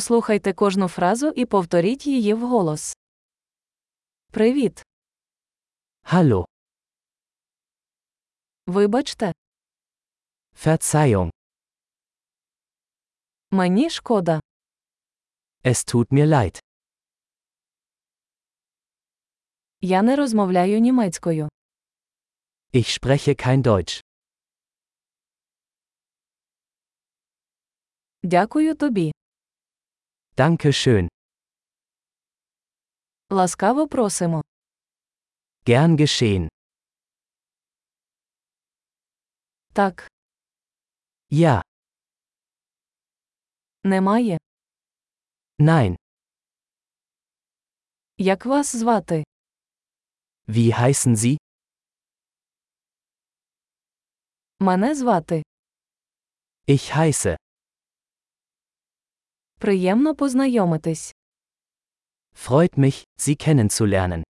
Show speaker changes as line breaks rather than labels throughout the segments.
Послухайте кожну фразу і повторіть її вголос. Привіт.
Hallo,
Вибачте,
Verzeihung,
мені шкода.
es tut mir leid.
Я не розмовляю німецькою.
Ich spreche kein Deutsch.
Дякую тобі.
Danke schön.
Ласкаво просимо.
Gern geschehen.
Так,
Ja,
немає.
nein.
Як вас звати?
Wie heißen Sie?
Мене звати.
Ich heiße.
Приємно познайомитись.
Freut mich, Sie kennenzulernen.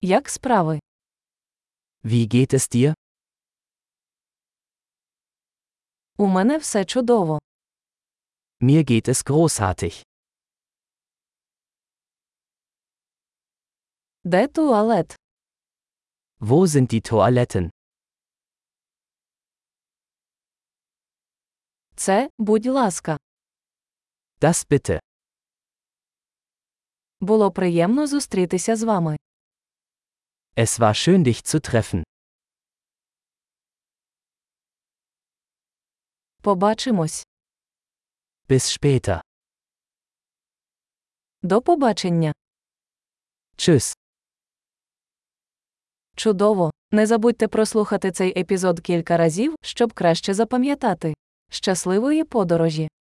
Як справи?
Wie geht es dir?
У мене все чудово.
Mir geht es großartig.
Де туалет?
Wo sind die Toiletten?
Це, будь ласка.
Das bitte.
Було приємно зустрітися з вами.
Es war schön, dich zu treffen.
Побачимось.
Bis später.
До побачення.
Tschüss.
Чудово! Не забудьте прослухати цей епізод кілька разів, щоб краще запам'ятати. Щасливої подорожі!